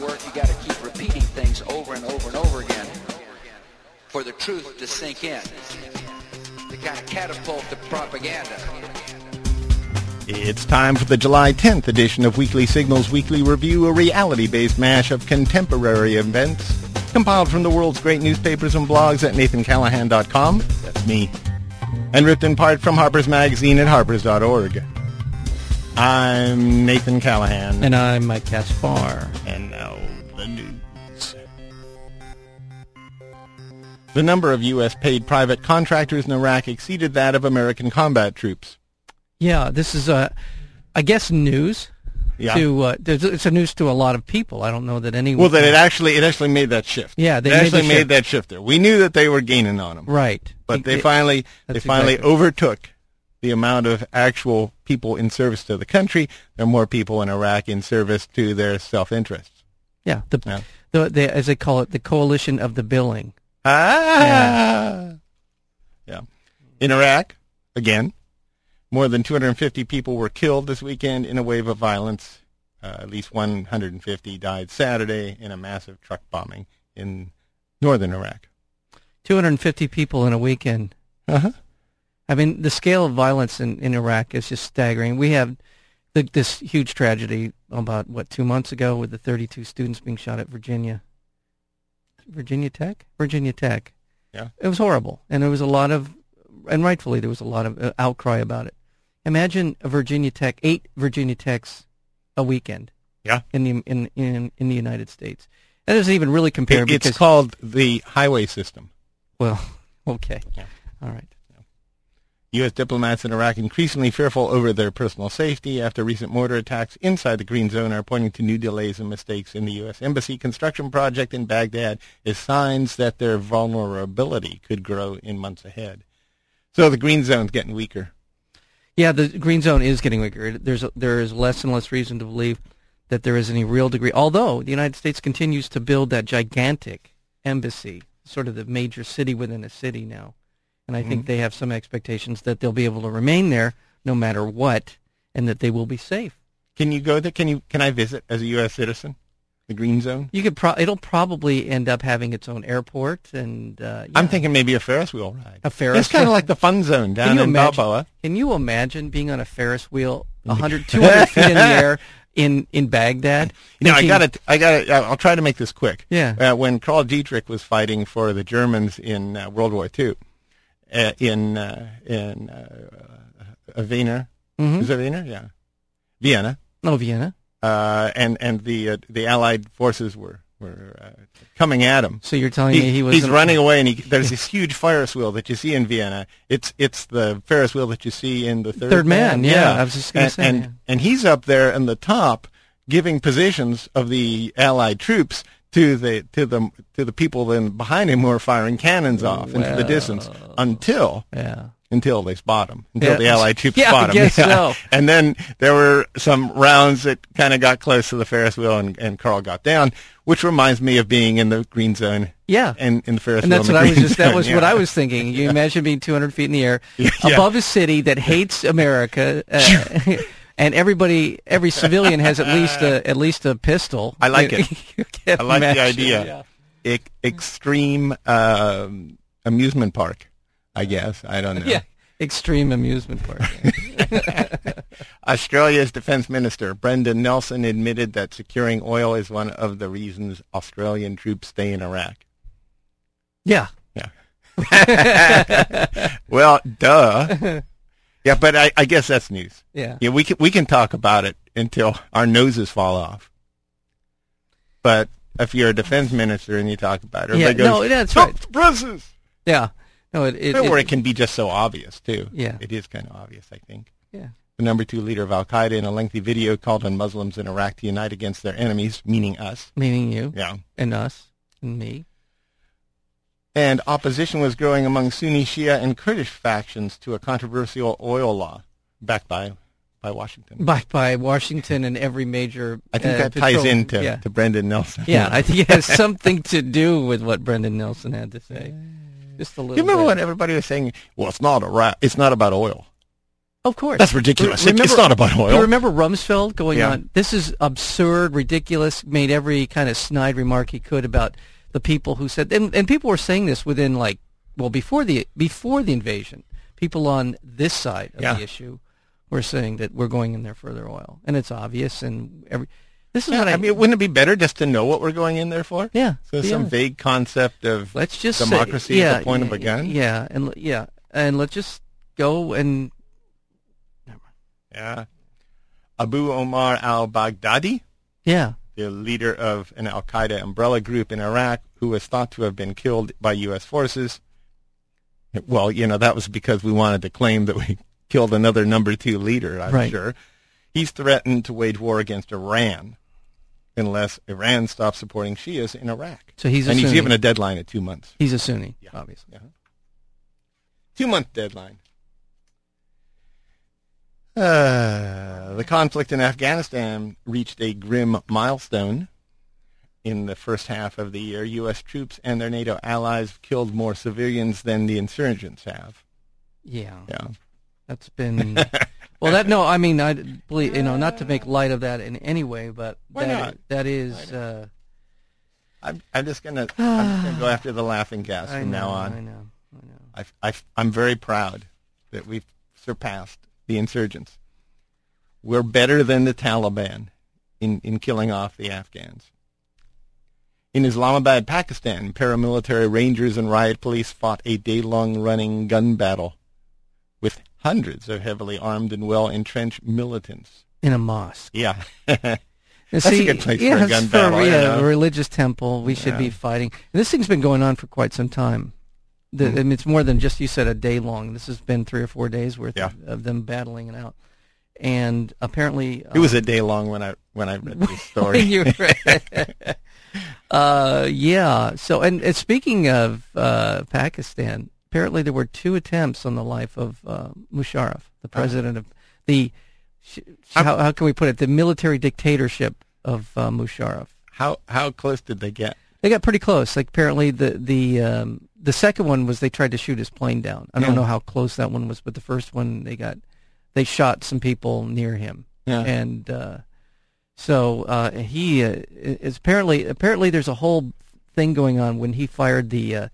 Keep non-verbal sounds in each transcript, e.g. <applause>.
work, you got to keep repeating things over and over and over again for the truth to sink in, to kind of catapult the propaganda. It's time for the July 10th edition of Weekly Signals Weekly Review, a reality-based mash of contemporary events compiled from the world's great newspapers and blogs at nathancallahan.com. That's me. And ripped in part from Harper's Magazine at harpers.org. I'm Nathan Callahan. And I'm Mike Caspar. And now the news. The number of U.S. paid private contractors in Iraq exceeded that of American combat troops. Yeah, this is, uh, I guess, news. Yeah. To, uh, there's- it's a news to a lot of people. I don't know that anyone. Well, then it actually it actually made that shift. Yeah, they they made the actually made, shift. that shift there. We knew that they were gaining on them, Right. but they It- finally they That's finally exactly- overtook the amount of actual people in service to the country. There are more people in Iraq in service to their self interests. Yeah. The, Yeah. The, the, as they call it, the coalition of the billing. Ah, yeah. In Iraq, again, more than 250 people were killed this weekend in a wave of violence. Uh, at least 150 died Saturday in a massive truck bombing in northern Iraq. 250 people in a weekend. Uh huh. I mean, the scale of violence in, in Iraq is just staggering. We have the, this huge tragedy about, what, two months ago with the 32 students being shot at Virginia. Virginia Tech? Virginia Tech. Yeah. It was horrible. And there was a lot of, and rightfully, there was a lot of uh, outcry about it. Imagine a Virginia Tech, eight Virginia Techs a weekend Yeah. in the, in, in, in the United States. That doesn't even really compare it's because, called the highway system. well, <laughs> okay. Yeah. All right. U.S. diplomats in Iraq increasingly fearful over their personal safety after recent mortar attacks inside the Green Zone are pointing to new delays and mistakes in the U.S. Embassy construction project in Baghdad as signs that their vulnerability could grow in months ahead. So the Green Zone's getting weaker. Yeah, the green zone is getting weaker. There's there is less and less reason to believe that there is any real degree. Although the United States continues to build that gigantic embassy, sort of the major city within a city now, and I Mm-hmm. think they have some expectations that they'll be able to remain there no matter what, and that they will be safe. Can you go there? Can you? Can I visit as a U.S. citizen? The Green Zone. You could pro- it'll probably end up having its own airport, and uh, I'm yeah. thinking maybe a Ferris wheel ride. A Ferris It's kind of wheel- like the Fun Zone down Can you in imagine- Balboa. Can you imagine being on a Ferris wheel <laughs> 100, 200 feet in the air in in Baghdad? No, I Thinking- got to I got to I'll try to make this quick. Yeah. Uh, when Karl Dietrich was fighting for the Germans in uh, World War II, uh, in uh, in uh, uh, Vienna, Mhm. is it Vienna? Yeah, Vienna. No, Vienna. Uh, and and the uh, the Allied forces were were uh, coming at him. So you're telling me He- he was he's in- running away, and he, there's this huge Ferris wheel that you see in Vienna. It's it's the Ferris wheel that you see in the Third, Third Man, yeah, I was just gonna and, say, and, yeah. and he's up there in the top, giving positions of the Allied troops to the to the to the people then behind him who are firing cannons off into the distance until Yeah. until they spot him, until Yeah. the Allied troops <laughs> Yeah, I spot him. <laughs> guess so. And then there were some rounds that kind of got close to the Ferris wheel, and, and Carl got down, which reminds me of being in the green zone. Yeah. And in the Ferris And wheel. that's in what the I was green <laughs> just, that zone, was yeah. what I was thinking. You imagine being 200 feet in the air <laughs> Yeah. above a city that hates America. Uh, <laughs> And everybody, every civilian has at least a, at least a pistol. I like it. <laughs> You can't I like the imagine. idea. Yeah. Ec- extreme um, amusement park, I guess. I don't know. <laughs> Yeah. Extreme amusement park. Australia's defense minister, Brendan Nelson, admitted that securing oil is one of the reasons Australian troops stay in Iraq. yeah. <laughs> Yeah. <laughs> well, duh. Yeah, but I, I guess that's news. Yeah. Yeah, we can we can talk about it until our noses fall off. But if you're a defense minister and you talk about it, Yeah, everybody goes, no, that's "Top right. Brussels. Yeah. No, it, it, Don't worry, it it, can be just so obvious too. Yeah. it is kind of obvious, I think. yeah. The number two leader of Al Qaeda in a lengthy video called on Muslims in Iraq to unite against their enemies, meaning us. Meaning you Yeah. and us and me. and opposition was growing among Sunni, Shia, and Kurdish factions to a controversial oil law backed by by Washington. By, by Washington and every major. I think uh, that ties petrol- into yeah. to Brendan Nelson. Yeah, <laughs> I think it has something to do with what Brendan Nelson had to <laughs> say. Just a little. you remember bit. when everybody was saying, "Well, it's not a ra- it's not about oil." Of course. That's ridiculous. It- it's not about oil. You remember Rumsfeld going Yeah. on, this is absurd, ridiculous, made every kind of snide remark he could about the people who said, and, and people were saying this within like, well, before the, before the invasion, people on this side of Yeah. the issue were saying that we're going in there for their oil. And it's obvious and every, this is Yeah, what I, I mean, wouldn't it be better just to know what we're going in there for? Yeah, So yeah. some vague concept of let's just say- democracy yeah, at the point yeah, of a gun. Yeah. And l- yeah. And let's just go and Yeah. Abu Omar al-Baghdadi, yeah. the leader of an Al Qaeda umbrella group in Iraq, who was thought to have been killed by U.S. forces. Well, you know that was because we wanted to claim that we <laughs> killed another number two leader. I'm Right. sure he's threatened to wage war against Iran unless Iran stops supporting Shias in Iraq. So he's a and he's Sunni. given a deadline of two months. He's a Sunni, obviously. Two month deadline. Uh, the conflict in Afghanistan reached a grim milestone. In the first half of the year, U.S. troops and their NATO allies killed more civilians than the insurgents have. Yeah. Yeah. <laughs> That's been well. That no, I mean, I believe you know not to make light of that in any way, but Why that not? that is uh, I'm, I'm just going to go after the laughing gas <sighs> I from know, now on. I know, I know. I, I, I'm very proud that we've surpassed the insurgents. We're better than the Taliban in, in killing off the Afghans. In Islamabad, Pakistan, paramilitary rangers and riot police fought a day-long running gun battle with hundreds of heavily armed and well-entrenched militants. In a mosque, Yeah. <laughs> that's a good place for a gun battle, yeah, you know. a religious temple. We should be fighting. And this thing's been going on for quite some time. The, Mm-hmm. I mean, it's more than just you said a day long. This has been three or four days worth Yeah. of, of them battling it out, and apparently <laughs> it was a day long when I when I read this When story. <laughs> you were- uh, yeah. So, and, and speaking of uh, Pakistan, apparently there were two attempts on the life of uh, Musharraf, Oh. the president of the. Sh- how, how can we put it? The military dictatorship of uh, Musharraf. How how close did they get? They got pretty close. Like apparently the the um, the second one was they tried to shoot his plane down. I don't Yeah. know how close that one was, but the first one they got they shot some people near him, Yeah. and uh, so uh, he uh, is apparently apparently there's a whole thing going on when he fired the uh,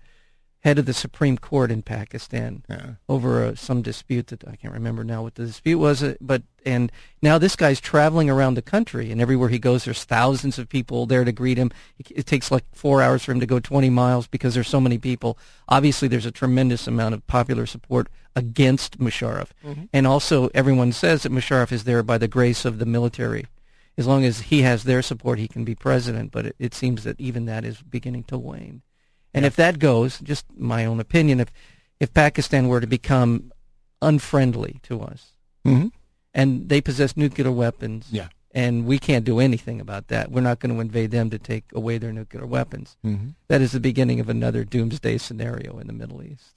head of the Supreme Court in Pakistan Yeah. over uh, some dispute that I can't remember now what the dispute was, uh, but and now this guy's traveling around the country, and everywhere he goes, there's thousands of people there to greet him. It, it takes like four hours for him to go 20 miles because there's so many people. Obviously, there's a tremendous amount of popular support against Musharraf, and also everyone says that Musharraf is there by the grace of the military. As long as he has their support, he can be president. But it, it seems that even that is beginning to wane. And if that goes, just my own opinion, if if Pakistan were to become unfriendly to us Mm-hmm. and they possess nuclear weapons, Yeah. and we can't do anything about that, we're not going to invade them to take away their nuclear weapons. Mm-hmm. That is the beginning of another doomsday scenario in the Middle East.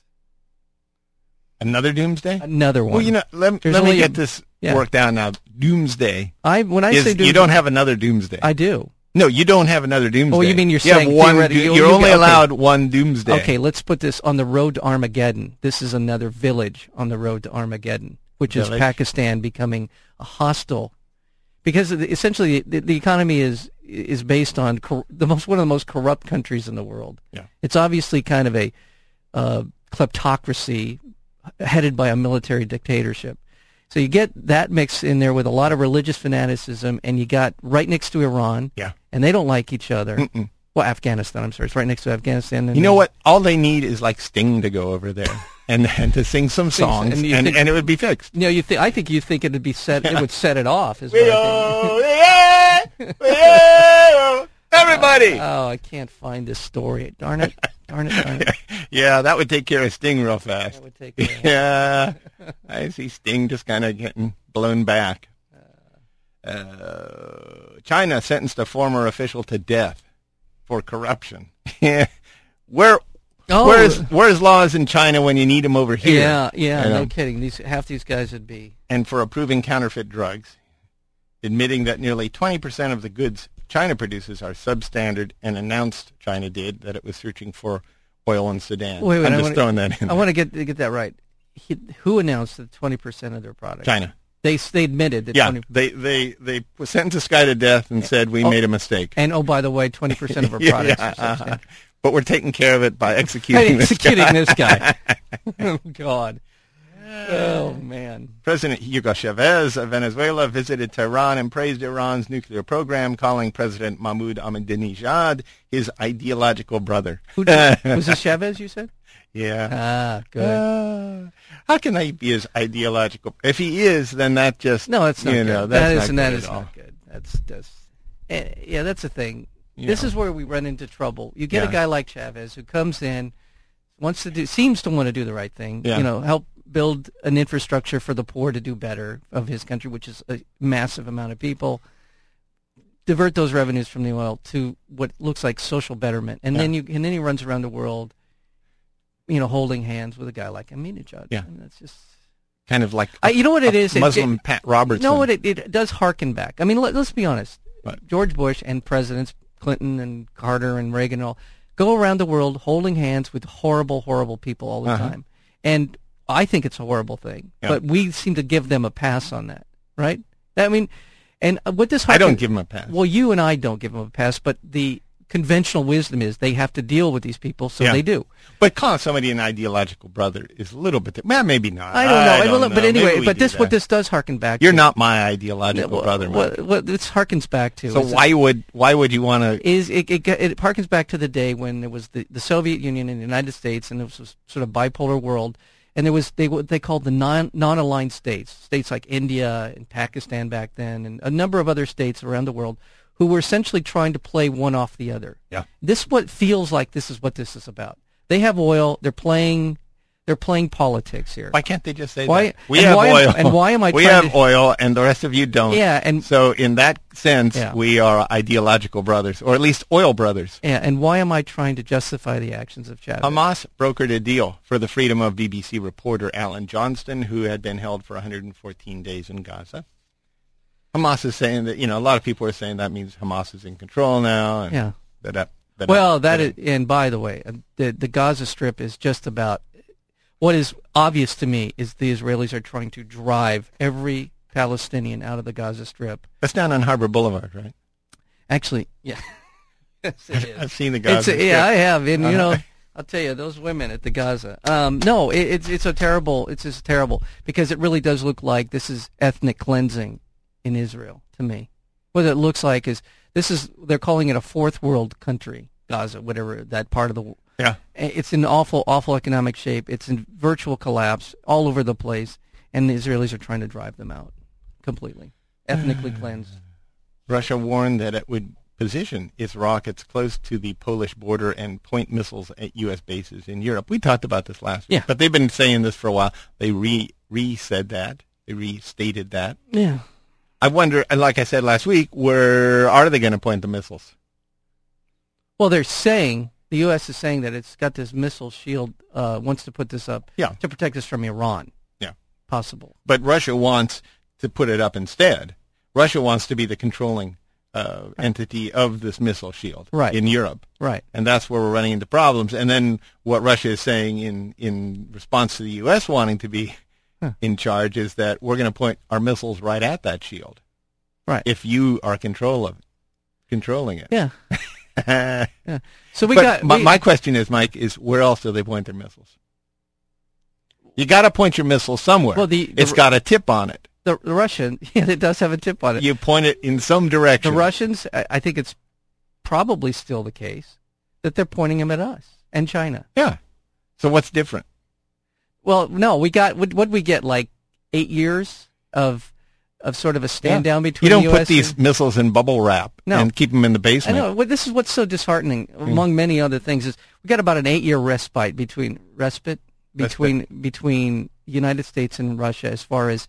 Another doomsday? Another one. Well, you know, let, There's let me only a- get this yeah. worked out now. Doomsday. I when I is- say doomsday, you don't have another doomsday. I do. no, you don't have another doomsday. you mean you're you have saying one. theoretically- doo- you- you're you- only okay. allowed one doomsday. Okay, let's put this on the road to Armageddon. This is another village on the road to Armageddon, which is Village. Pakistan becoming a hostile because of the- essentially the, the economy is is based on cor- the most one of the most corrupt countries in the world. Yeah. It's obviously kind of a uh, kleptocracy headed by a military dictatorship. So you get that mix in there with a lot of religious fanaticism, and you got right next to Iran. Yeah. and they don't like each other. Well, Afghanistan. I'm sorry, it's right next to Afghanistan. And You know then- what? All they need is like Sting to go over <laughs> there and, and to sing some Sing- songs, and and, you and, think- it would be <laughs> fixed. No, you think I think you think it'd be set. It would set it <laughs> off. Is what I think. <laughs> Everybody. Oh, I can't find this story. Darn it! Darn it! <laughs> Darn it! yeah, that would take care of Sting real fast. That would take care <laughs> of yeah, I see Sting just kind of getting blown back. Uh, China sentenced a former official to death for corruption. <laughs> where, Oh. where's where's laws in China when you need them over here? Yeah, yeah. You know, No kidding. These half these guys would be. And for approving counterfeit drugs, admitting that nearly twenty percent of the goods China produces are substandard, and announced China did that it was searching for oil in Sudan. Wait, wait. I'm I just wanna, throwing that in. I there. want to get get that right. he, who announced that 20% of their product? China. They, s- they admitted that Yeah, 20 they they they sentenced this guy to death and said we Oh. made a mistake. And oh, by the way, <laughs> 20% of our Yeah, products yeah, are substandard. uh-huh. But we're taking care of it by Right, <laughs> executing this guy. executing this guy. <laughs> oh, God. Oh, man. President Hugo Chavez of Venezuela visited Tehran and praised Iran's nuclear program, calling President Mahmoud Ahmadinejad his ideological brother. <laughs> Who did, was this Chavez, you said? Yeah. Ah, good. Uh, how can I be as ideological? If he is, then that just no, that's not you good. know that that's is, not that good is at all. not good. That's, that's, eh, yeah, that's the thing. This Yeah. is where we run into trouble. You get Yeah. a guy like Chavez who comes in, wants to do, seems to want to do the right thing, Yeah. you know, help build an infrastructure for the poor to do better of his country, which is a massive amount of people. divert those revenues from the oil to what looks like social betterment, and then you and then he runs around the world, you know, holding hands with a guy like Aminijad. Yeah. I mean, that's just. Kind of like I, you know what it is? It- Muslim it, Pat Robertson. you know what it, it does harken back. I mean, let, let's be honest. What? George Bush and presidents Clinton and Carter and Reagan and all go around the world holding hands with horrible, horrible people all the Uh-huh. time, and I think it's a horrible thing. Yeah. But we seem to give them a pass on that, right? I mean, and uh, what this I don't harken- give him a pass. well, you and I don't give them a pass, but the conventional wisdom is they have to deal with these people, so Yeah. they do. But calling somebody an ideological brother is a little bit. Well, maybe not. I don't know. I don't know. But Maybe anyway, we but do this what that. this does harken back. You're to, not my ideological Well, brother. Well, Mike. well, this harkens back to. so is- why would why would you want to? is it, it? It harkens back to the day when there was the, the Soviet Union and the United States, and it was this sort of bipolar world. And there was they what they called the non non aligned states, states like India and Pakistan back then, and a number of other states around the world who were essentially trying to play one off the other. Yeah. This what feels like this is what this is about. They have oil. They're playing. They're playing politics here. Why can't they just say Why- that? We and have why am- oil, and why am I We trying have to- oil, and the rest of you don't. Yeah, and- so in that sense, Yeah. we are ideological brothers, or at least oil brothers. yeah, and why am I trying to justify the actions of Chavez? Hamas brokered a deal for the freedom of BBC reporter Alan Johnston, who had been held for 114 days in Gaza. Hamas is saying that you know a lot of people are saying that means Hamas is in control now. And Yeah. That up. That Well, that is, and by the way, uh, the the Gaza Strip is just about what is obvious to me is the Israelis are trying to drive every Palestinian out of the Gaza Strip. That's down on Harbor Boulevard, right? Actually, yeah, <laughs> yes, it is. I've seen the <laughs> It's, Gaza. yeah, I have, and you know, Uh-huh. I'll tell you, those women at the Gaza. Um, no, it, it's it's a terrible. It's just terrible because it really does look like this is ethnic cleansing in Israel to me. What it looks like is this is they're calling it a fourth world country, Gaza, whatever that part of the. wo- yeah. It's in awful, awful economic shape. It's in virtual collapse all over the place, and the Israelis are trying to drive them out completely, ethnically Ah. cleansed. Russia warned that it would position its rockets close to the Polish border and point missiles at U.S. bases in Europe. We talked about this last week, Yeah. but they've been saying this for a while. They re re said that. They restated that. Yeah. I wonder, and like I said last week, where are they going to point the missiles? Well, they're saying the U.S. is saying that it's got this missile shield, uh, wants to put this up Yeah. to protect us from Iran. Yeah. Possible. But Russia wants to put it up instead. Russia wants to be the controlling uh, entity of this missile shield Right. in Europe. Right. and that's where we're running into problems. And then what Russia is saying in in response to the U.S. wanting to be in charge is that we're going to point our missiles right at that shield Right. if you are control of controlling it. yeah. <laughs> Yeah. So we But got my, we- my question is, Mike, is where else do they point their missiles? You got to point your missile somewhere. Well, the- it's the- got a tip on it. the, the Russian. <laughs> Yeah, it does have a tip on it. You point it in some direction. the Russians. I, I think it's probably still the case that they're pointing them at us and China. yeah. So what's different? Well, no, we got what what we get like eight years of of sort of a stand Yeah. down between. You don't the put US these and- missiles in bubble wrap No. and keep them in the I basement. know. Well, this is what's so disheartening, Hmm. among many other things, is we got about an eight-year respite between respite between between United States and Russia as far as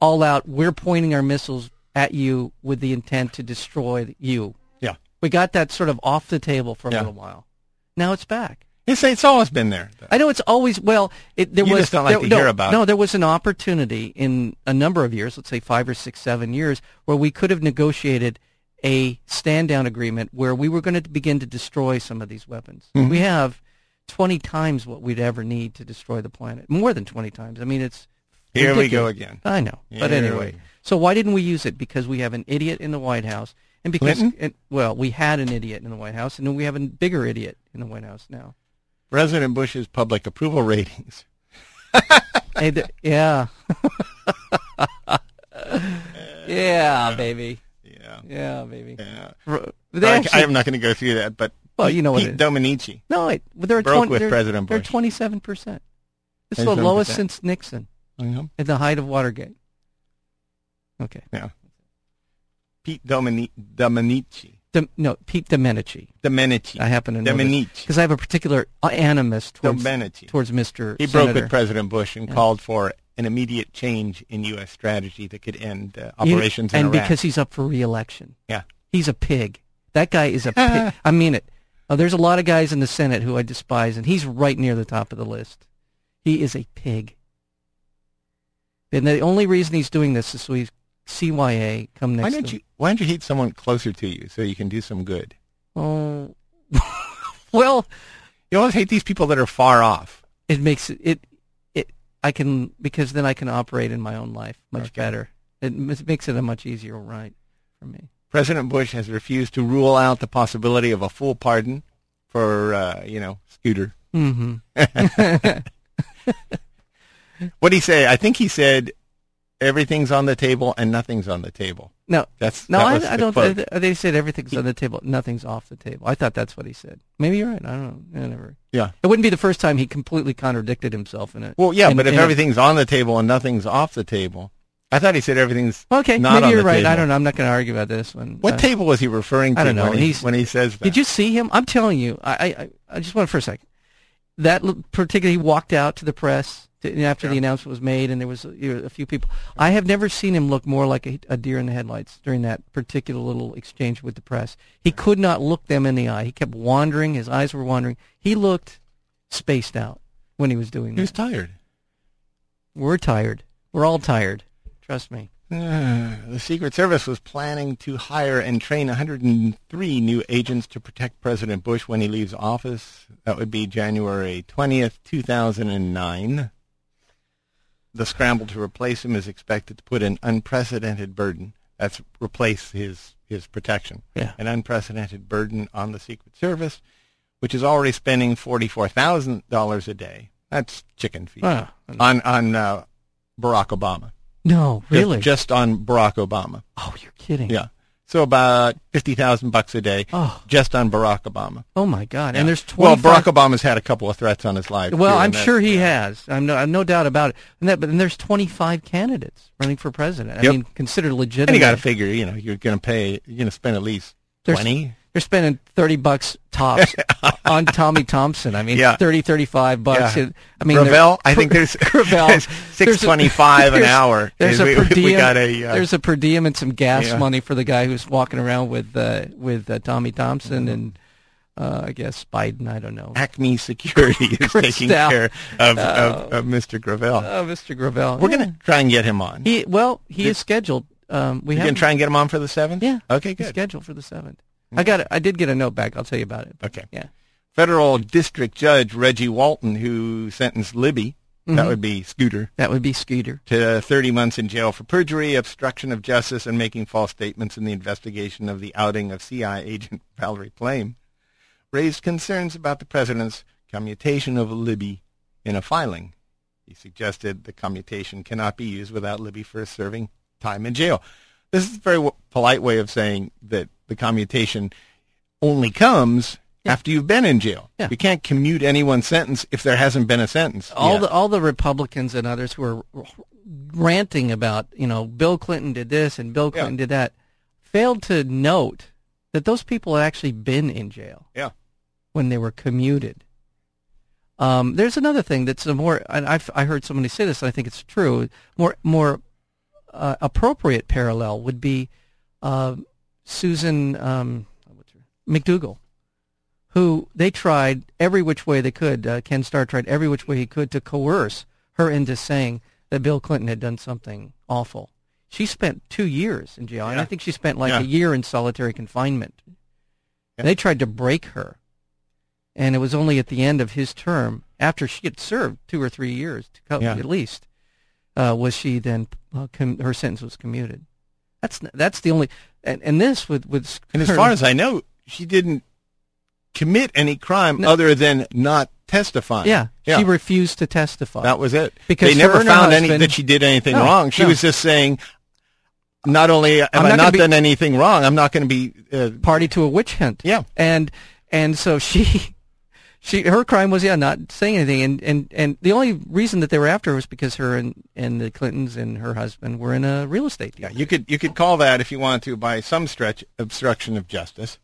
all out. We're pointing our missiles at you with the intent to destroy you. Yeah. We got that sort of off the table for a Yeah. little while. Now it's back. It's, it's always been there. I know it's always well. It, there You was just don't like there- to no, hear about no, it. there was an opportunity in a number of years, let's say five or six, seven years, where we could have negotiated Mm-hmm. a stand down agreement where we were going to begin to destroy some of these weapons. We have 20 times what we'd ever need to destroy the planet. More than 20 times. I mean, it's Here we go ridiculous. again. I know. But Here we anyway, go. so why didn't we use it? Because we have an idiot in the White House, and because Clinton? and- well, we had an idiot in the White House, and then we have a bigger idiot in the White House <laughs> now. President Bush's public approval ratings. <laughs> And- yeah, yeah, baby, Yeah. yeah, baby. yeah. R- I- They actually, I'm not going to go through that, but Well, you know what Pete it- Domenici. no, wait, they're broke 20, with they're, President They're Bush. twenty-seven percent. It's the lowest 27%. since Nixon Mhm. at the height of Watergate. Okay, Yeah. Pete Domeni- Domenici. Dem- no, Pete Domenici. Domenici. I happen to know Domenici. because I have a particular animus towards Domenici. towards Mr. He Senator. broke with President Bush and Yeah. called for an immediate change in U.S. strategy that could end uh, You- operations in and Iraq. because he's up for reelection. yeah. He's a pig. That <laughs> guy is a pig. I mean it. Uh, there's a lot of guys in the Senate who I despise, and he's right near the top of the list. He is a pig. And the only reason he's doing this is so he's CYA come next. Why to don't him. you Why don't you hate someone closer to you so you can do some good? Oh, <laughs> well, You always hate these people that are far off. it makes it, it. It I can because then I can operate in my own life much Okay. better. It m- makes it a much easier ride for me. President Bush has refused to rule out the possibility of a full pardon for uh, you know Scooter. Mm-hmm. <laughs> What he say? I think he said everything's on the table and nothing's on the table. <laughs> No, That's No, that was I, the I don't. quote. I, they said everything's on the table, nothing's off the table. I thought that's what he said. Maybe you're right. I don't. know. I never. yeah. It wouldn't be the first time he completely contradicted himself in it. Well, yeah, In- but if in a- everything's on the table and nothing's off the table, I thought he said everything's okay, Not maybe on you're the right. I table. don't know. I'm not going to argue about this one. What Uh, table was he referring to I don't know. when, he, He's- when he says that? Did you see him? I'm telling you. I I, I- I just want for a second. That l- particular, he walked out to the press to, after the announcement was made, and there was you know, a few people. I have never seen him look more like a, a deer in the headlights during that particular little exchange with the press. He could not look them in the eye. He kept wandering. His eyes were wandering. He looked spaced out when he was doing he was this. tired. We're tired. We're all tired. Trust me. <sighs> the Secret Service was planning to hire and train 103 new agents to protect President Bush when he leaves office. That would be January 20th, 2009. The scramble to replace him is expected to put an unprecedented burden. That's replace his, his protection. Yeah. An unprecedented burden on the Secret Service, which is already spending $44,000 a day. That's chicken feed. Ah. on on uh, Barack Obama. No, Just- really. Just, on Barack Obama. oh, you're kidding. Yeah. So about fifty thousand bucks a day, Oh. just on Barack Obama. Oh my God. And there's twenty. well, Barack Obama's had a couple of threats on his life. Well, too, I'm and that- sure he has. I'm no, I'm no doubt about it. And that, but then there's 25 candidates running for president. I Yep. mean, considered legitimate. And you got to figure, you know, you're going to pay, you're going to spend at least There's- twenty. They're spending 30 bucks <laughs> tops on Tommy Thompson. I mean, Yeah. thirty, thirty-five 30, 35 bucks. Yeah. I mean, they're- Gravel, I think there's <laughs> <laughs> Gravel. there's There's a- 6.25 an <laughs> there's- hour. There's a We- per we- we diem. got a, uh, there's a per diem and some gas Yeah. money for the guy who's walking around with uh, with uh, Tommy Thompson and uh, I guess Biden. I don't know. Acme Security <laughs> is taking Christel. care of, of, Oh. of Mr. Gravel. Uh, Mr. Gravel. We're going to try and get him on. He well, he is scheduled. Um, we you going have to try and get him on for the seventh? Yeah. Okay. Good. It's Mm-hmm. Scheduled for the seventh. I got. it. I did get a note back. I'll tell you about it. Okay. Yeah. federal district judge Reggie Walton, who sentenced Libby, Mm-hmm. that would be Scooter, That would be Scooter. to 30 months in jail for perjury, obstruction of justice, and making false statements in the investigation of the outing of CI agent <laughs> Valerie Plame, raised concerns about the president's commutation of Libby in a filing. He suggested the commutation cannot be used without Libby first serving time in jail. This is a very w- polite way of saying that the commutation only comes after you've been in jail. Yeah. You can't commute anyone's sentence if there hasn't been a sentence. All yet. the all the Republicans and others who are ranting about you know Bill Clinton did this and Bill Yeah. Clinton did that failed to note that those people had actually been in jail yeah. when they were commuted. Um, there's another thing that's a more and I've, I heard somebody say this and I think it's true. More more uh, appropriate parallel would be uh, Susan um, what's her- McDougal, who they tried every which way they could. Uh, Ken Starr tried every which way he could to coerce her into saying that Bill Clinton had done something awful. She spent two years in jail, and I Yeah. think she spent like Yeah. a year in solitary confinement. Yeah. They tried to break her and it was only at the end of his term, after she had served two or three years to co- Yeah. at least, uh, was she then uh, com- her sentence was commuted. That's n- that's the only and, and this with with And as her- far as I know, she didn't commit any crime No. other than not testifying. yeah, yeah. she refused to testify. that was it. Because they her never and her found any husband- that she did anything No, wrong. She no. was just saying, not only have I'm I not gonna not be- done anything wrong, I'm not going to be. Uh, party to a witch hunt. Yeah. And and so she <laughs> she her crime was yeah not saying anything and and and the only reason that they were after her was because her and and the Clintons and her husband were in a real estate deal. yeah, you could you could call that if you want to by some stretch obstruction of justice,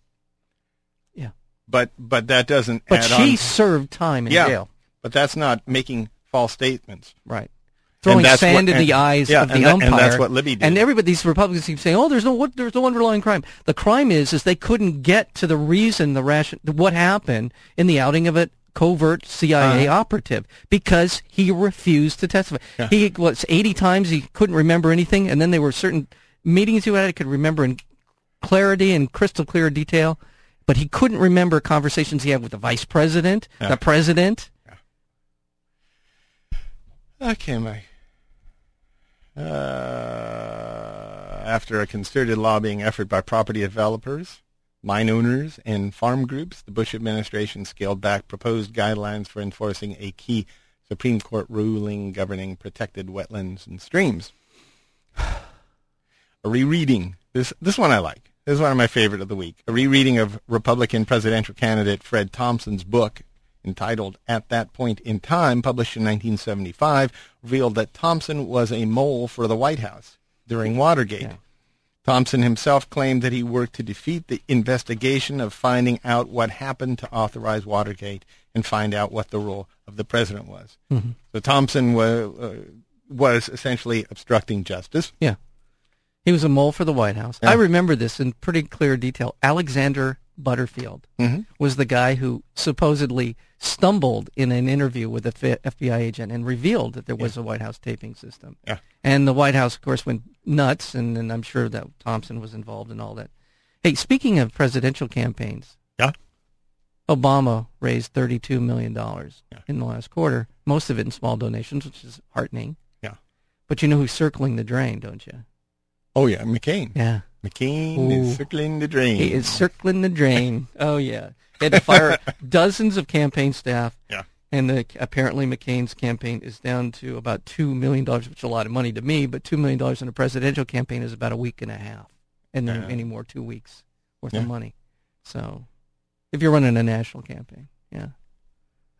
Yeah. but but that doesn't. But add she on. served time in yeah, jail. but that's not making false statements. Right. And Throwing that's sand what- in the and- eyes yeah, of the and that- and umpire. that's what Libby did. And everybody, these Republicans keep saying, "Oh, there's no what, there's no underlying crime." The crime is is they couldn't get to the reason, the ration, what happened in the outing of a covert CIA operative because he refused to testify. Uh-huh. Yeah. He was 80 times he couldn't remember anything, and then there were certain meetings he had he could remember in clarity and crystal clear detail, but he couldn't remember conversations he had with the vice president, Yeah. the president. Okay, Mike. Uh, after a concerted lobbying effort by property developers, mine owners, and farm groups, the Bush administration scaled back proposed guidelines for enforcing a key Supreme Court ruling governing protected wetlands and streams. A rereading. This this one I like. This is one of my favorite of the week. A rereading of Republican presidential candidate Fred Thompson's book entitled At That Point in Time, published in 1975, revealed that Thompson was a mole for the White House during Watergate. Thompson himself claimed that he worked to defeat the investigation of finding out what happened to authorize Watergate and find out what the role of the president was. So Thompson was, uh, was essentially obstructing justice. Yeah. He was a mole for the White House. I remember this in pretty clear detail. Alexander Butterfield Mm-hmm. was the guy who supposedly stumbled in an interview with a F- FBI agent and revealed that there was a White House taping system. Yeah. And the White House, of course, went nuts, and, and I'm sure that Thompson was involved in all that. Hey, speaking of presidential campaigns, Yeah. Obama raised $32 million Yeah. in the last quarter, most of it in small donations, which is heartening. Yeah. But you know who's circling the drain, don't you? Oh, yeah, McCain. Yeah. McCain Ooh. is circling the drain. He is circling the drain. <laughs> Oh yeah, they had to fire <laughs> dozens of campaign staff, Yeah. and the, apparently McCain's campaign is down to about two million dollars, which is a lot of money to me. But two million dollars in a presidential campaign is about a week and a half, and then Yeah. any more two weeks worth Yeah. of money. So, if you're running a national campaign, yeah,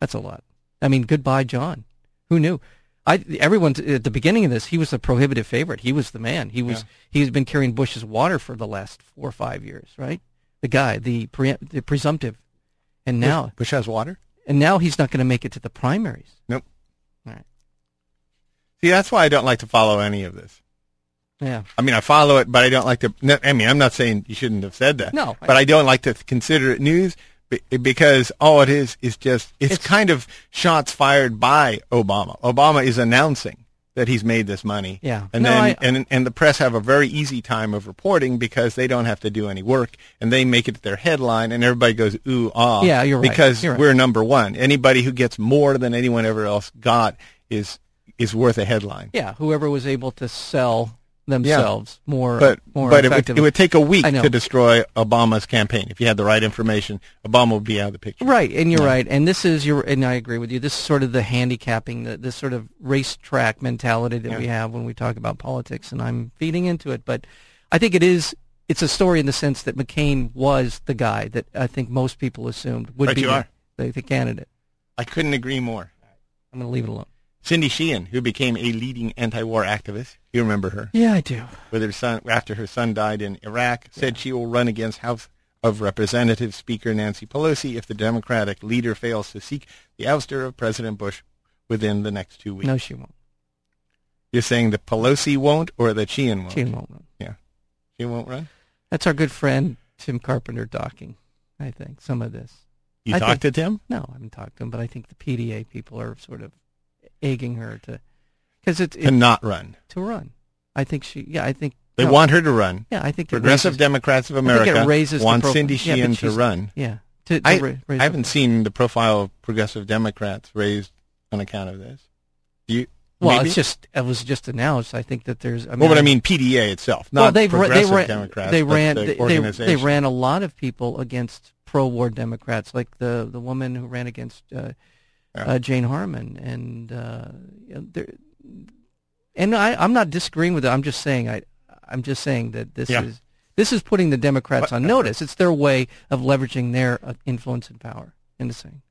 that's a lot. I mean, goodbye, John. Who knew? I everyone at the beginning of this, he was the prohibitive favorite. He was the man. He was Yeah. he's been carrying Bush's water for the last four or five years, right? The guy, the pre, the presumptive, and now Bush has water? and now he's not going to make it to the primaries. Nope. All right. See, that's why I don't like to follow any of this. Yeah. I mean, I follow it, but I don't like to. no, I mean, I'm not saying you shouldn't have said that. No, I- but I don't like to consider it news be- because all it is is just it's, It's- kind of shots fired by Obama. Obama is announcing that he's made this money. Yeah. and No, then I- and and the press have a very easy time of reporting because they don't have to do any work and they make it their headline and everybody goes ooh ah. Yeah, you're right. Because You're right. we're number one. Anybody who gets more than anyone ever else got is is worth a headline. Yeah. Whoever was able to sell themselves more, but more but it would, effectively. it would take a week I know. to destroy Obama's campaign. If you had the right information, Obama would be out of the picture. Right, and you're right, and this is your, and I agree with you. This is sort of the handicapping, the, this sort of racetrack mentality that we have when we talk about politics, and I'm feeding into it. But I think it is, it's a story in the sense that McCain was the guy that I think most people assumed would Right, be you the, are. the, the candidate. I couldn't agree more. I'm going to leave it alone. Cindy Sheehan, who became a leading anti-war activist, you remember her, Yeah, I do. with her son after her son died in Iraq, said she will run against House of Representatives Speaker Nancy Pelosi if the Democratic leader fails to seek the ouster of President Bush within the next two weeks. No, she won't. You're saying that Pelosi won't, or that Sheehan won't? She won't. Run. Yeah, she won't run. That's our good friend Tim Carpenter docking. I think some of this. You I talked think- to Tim? No, I haven't talked to him, but I think the PDA people are sort of egging her to, because it's To not run. to run. I think she. Yeah, I think They no, want her to run. Yeah, I think it Progressive raises- Democrats of I think America it raises the want profile. Cindy Yeah, but Sheehan to she's- run. Yeah, to, to I, ra- raise I haven't seen the profile of progressive Democrats raised on account of this. Do you? Well, maybe? it's just it was just announced. I think that there's. I mean, well, but I I- mean PDA itself, not well, they've ra- progressive they ran, Democrats. They but ran the they, they, organization. they ran a lot of people against pro-war Democrats, like the the woman who ran against uh, Yeah. uh, Jane Harmon, and uh, you know, there- and I, I'm not disagreeing with it. I'm just saying I I'm just saying that this Yeah. uh, is this is putting the Democrats on notice. It's their way of leveraging their uh, influence and power into saying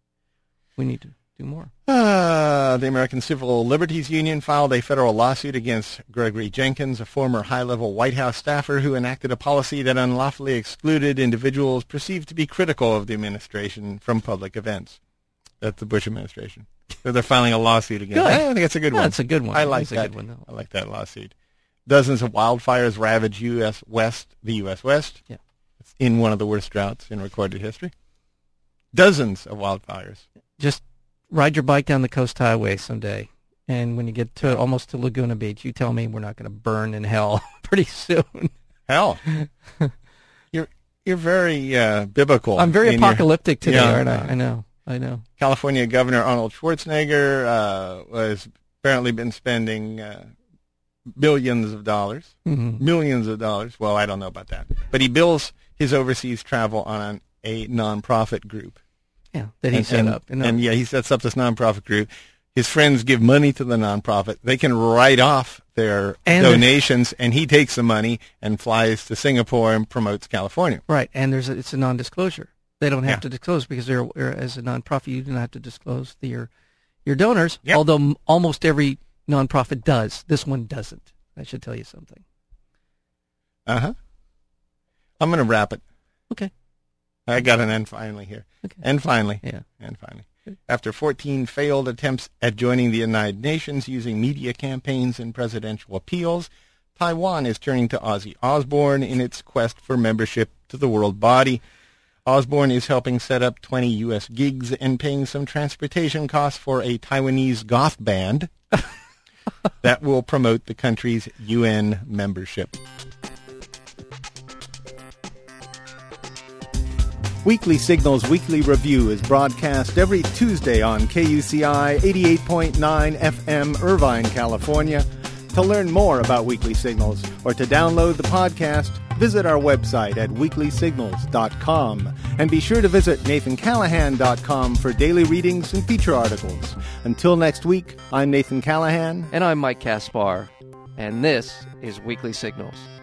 we need to do more. Uh, the American Civil Liberties Union filed a federal lawsuit against Gregory Jenkins, a former high-level White House staffer who enacted a policy that unlawfully excluded individuals perceived to be critical of the administration from public events. That's the Bush administration. So they're filing a lawsuit against. Good. I think that's a good Yeah, one. it's a good one. I like It's a that. good one, though. I like that lawsuit. Dozens of wildfires ravage U.S. West, the U.S. West. Yeah. It's in one of the worst droughts in recorded history. Dozens of wildfires. just ride your bike down the coast highway someday and when you get to almost to laguna beach you tell me we're not going to burn in hell <laughs> pretty soon Hell, <laughs> you're you're very uh, biblical. i'm very in your- apocalyptic today Yeah. aren't i i know i know California Governor Arnold Schwarzenegger uh, has apparently been spending uh, billions of dollars, Mhm. millions of dollars. Well, I don't know about that, but he bills his overseas travel on a nonprofit group. yeah that he and, set and- up and, and yeah, he sets up this nonprofit group. His friends give money to the nonprofit. They can write off their And- donations, and he takes the money and flies to Singapore and promotes California. right and there's a, it's a non-disclosure they don't have Yeah. to disclose because they're they're- as a nonprofit you do not have to disclose the, your your donors Yeah. although m- almost every nonprofit does this one doesn't i should tell you something Uh huh. I'm going to wrap it. okay I got an end finally here. Okay. And finally. yeah And finally. After 14 failed attempts at joining the United Nations using media campaigns and presidential appeals, Taiwan is turning to Ozzy Osbourne in its quest for membership to the world body. Osborne is helping set up 20 U.S. gigs and paying some transportation costs for a Taiwanese goth band <laughs> that will promote the country's UN membership. Weekly Signals Weekly Review is broadcast every Tuesday on KUCI 88.9 FM, Irvine, California. To learn more about Weekly Signals or to download the podcast, visit our website at weeklysignals.com. And be sure to visit nathancallahan.com for daily readings and feature articles. Until next week, I'm Nathan Callahan. And I'm Mike Kaspar, and this is Weekly Signals.